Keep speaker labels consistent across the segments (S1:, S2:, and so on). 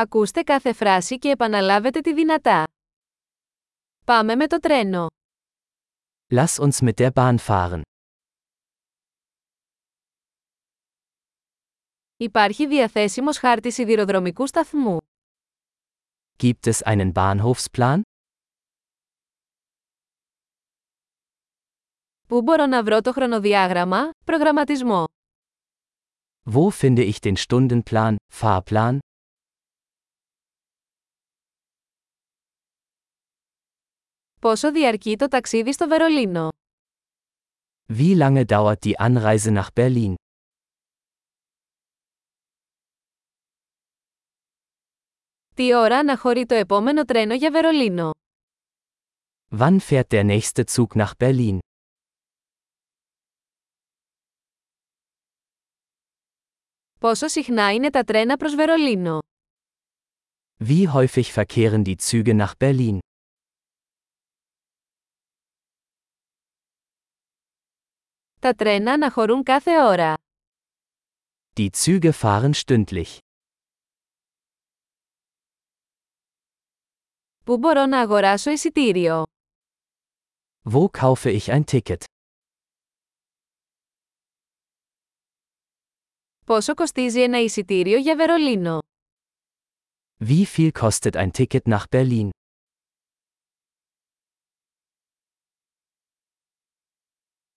S1: Ακούστε κάθε φράση και επαναλάβετε τη δυνατά. Πάμε με το τρένο.
S2: Lass uns mit der Bahn fahren.
S1: Υπάρχει διαθέσιμος χάρτης σιδηροδρομικού σταθμού.
S2: Gibt es einen Bahnhofsplan?
S1: Πού μπορώ να βρω το χρονοδιάγραμμα, προγραμματισμό.
S2: Wo finde ich den Stundenplan, Fahrplan?
S1: Πόσο διαρκεί το ταξίδι στο Βερολίνο.
S2: Wie lange dauert die Anreise nach Berlin?
S1: Τι ώρα αναχωρεί το επόμενο τρένο για Βερολίνο.
S2: Wann fährt der nächste Zug nach Berlin?
S1: Πόσο συχνά είναι τα τρένα προς Βερολίνο.
S2: Wie häufig verkehren die Züge nach Berlin?
S1: Τα τρένα αναχωρούν κάθε ώρα.
S2: Die Züge fahren stündlich.
S1: Πού μπορώ να αγοράσω εισιτήριο.
S2: Wo kaufe ich ein Ticket?
S1: Πόσο κοστίζει ένα εισιτήριο για Βερολίνο.
S2: Wie viel kostet ein Ticket nach Berlin?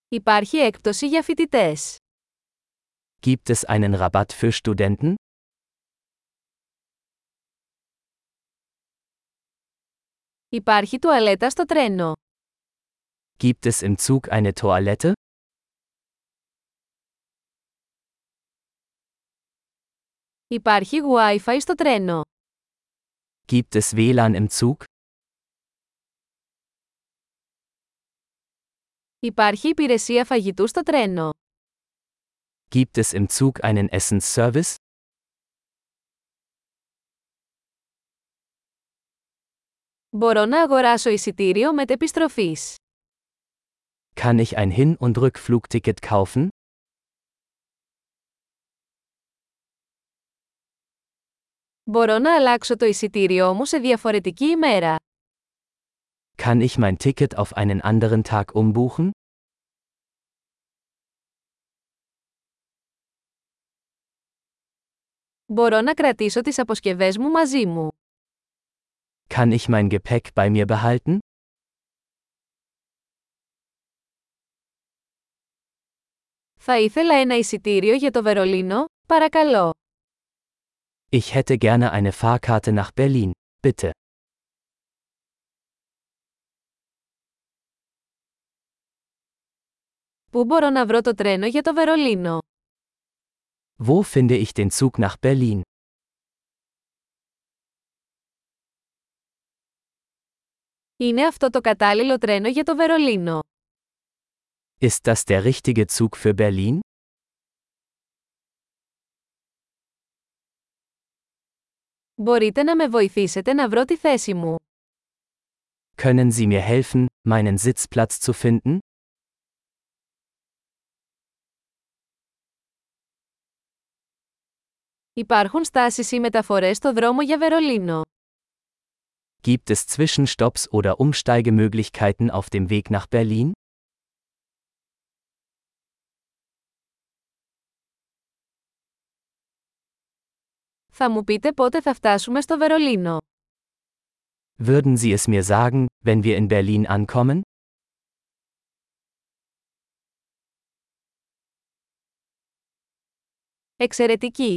S1: Υπάρχει έκπτωση για φοιτητές.
S2: Gibt es einen Rabatt für Studenten?
S1: Υπάρχει τουαλέτα στο τρένο.
S2: Gibt es im Zug eine Toilette?
S1: Υπάρχει Wi-Fi στο τρένο.
S2: Gibt es WLAN im Zug?
S1: Υπάρχει υπηρεσία φαγητού στο τρένο.
S2: Gibt es im Zug einen Essensservice?
S1: Μπορώ να αγοράσω εισιτήριο μετεπιστροφής.
S2: Kann ich ein Hin- und Rückflugticket kaufen?
S1: Μπορώ να αλλάξω το εισιτήριό μου σε διαφορετική ημέρα.
S2: Kann ich mein Ticket auf einen anderen Tag umbuchen?
S1: Μπορώ να κρατήσω τις αποσκευές μου μαζί μου.
S2: Kann ich mein Gepäck bei mir behalten?
S1: Θα ήθελα ένα εισιτήριο για το Βερολίνο, παρακαλώ.
S2: Ich hätte gerne eine Fahrkarte nach Berlin, bitte.
S1: Πού μπορώ να βρω το τρένο για το Βερολίνο.
S2: Wo finde ich den Zug nach Berlin?
S1: Είναι αυτό το κατάλληλο τρένο για το Βερολίνο.
S2: Ist das der richtige Zug für Berlin?
S1: Μπορείτε να με βοηθήσετε να βρω τη θέση μου.
S2: Können Sie mir helfen, meinen Sitzplatz zu finden?
S1: Υπάρχουν στάσεις ή μεταφορές στο δρόμο για Βερολίνο.
S2: Gibt es Zwischenstopps oder Umsteigemöglichkeiten auf dem Weg nach Berlin?
S1: Θα μου πείτε πότε θα φτάσουμε στο Βερολίνο.
S2: Würden Sie es mir sagen, wenn wir in Berlin ankommen?
S1: Εξαιρετική!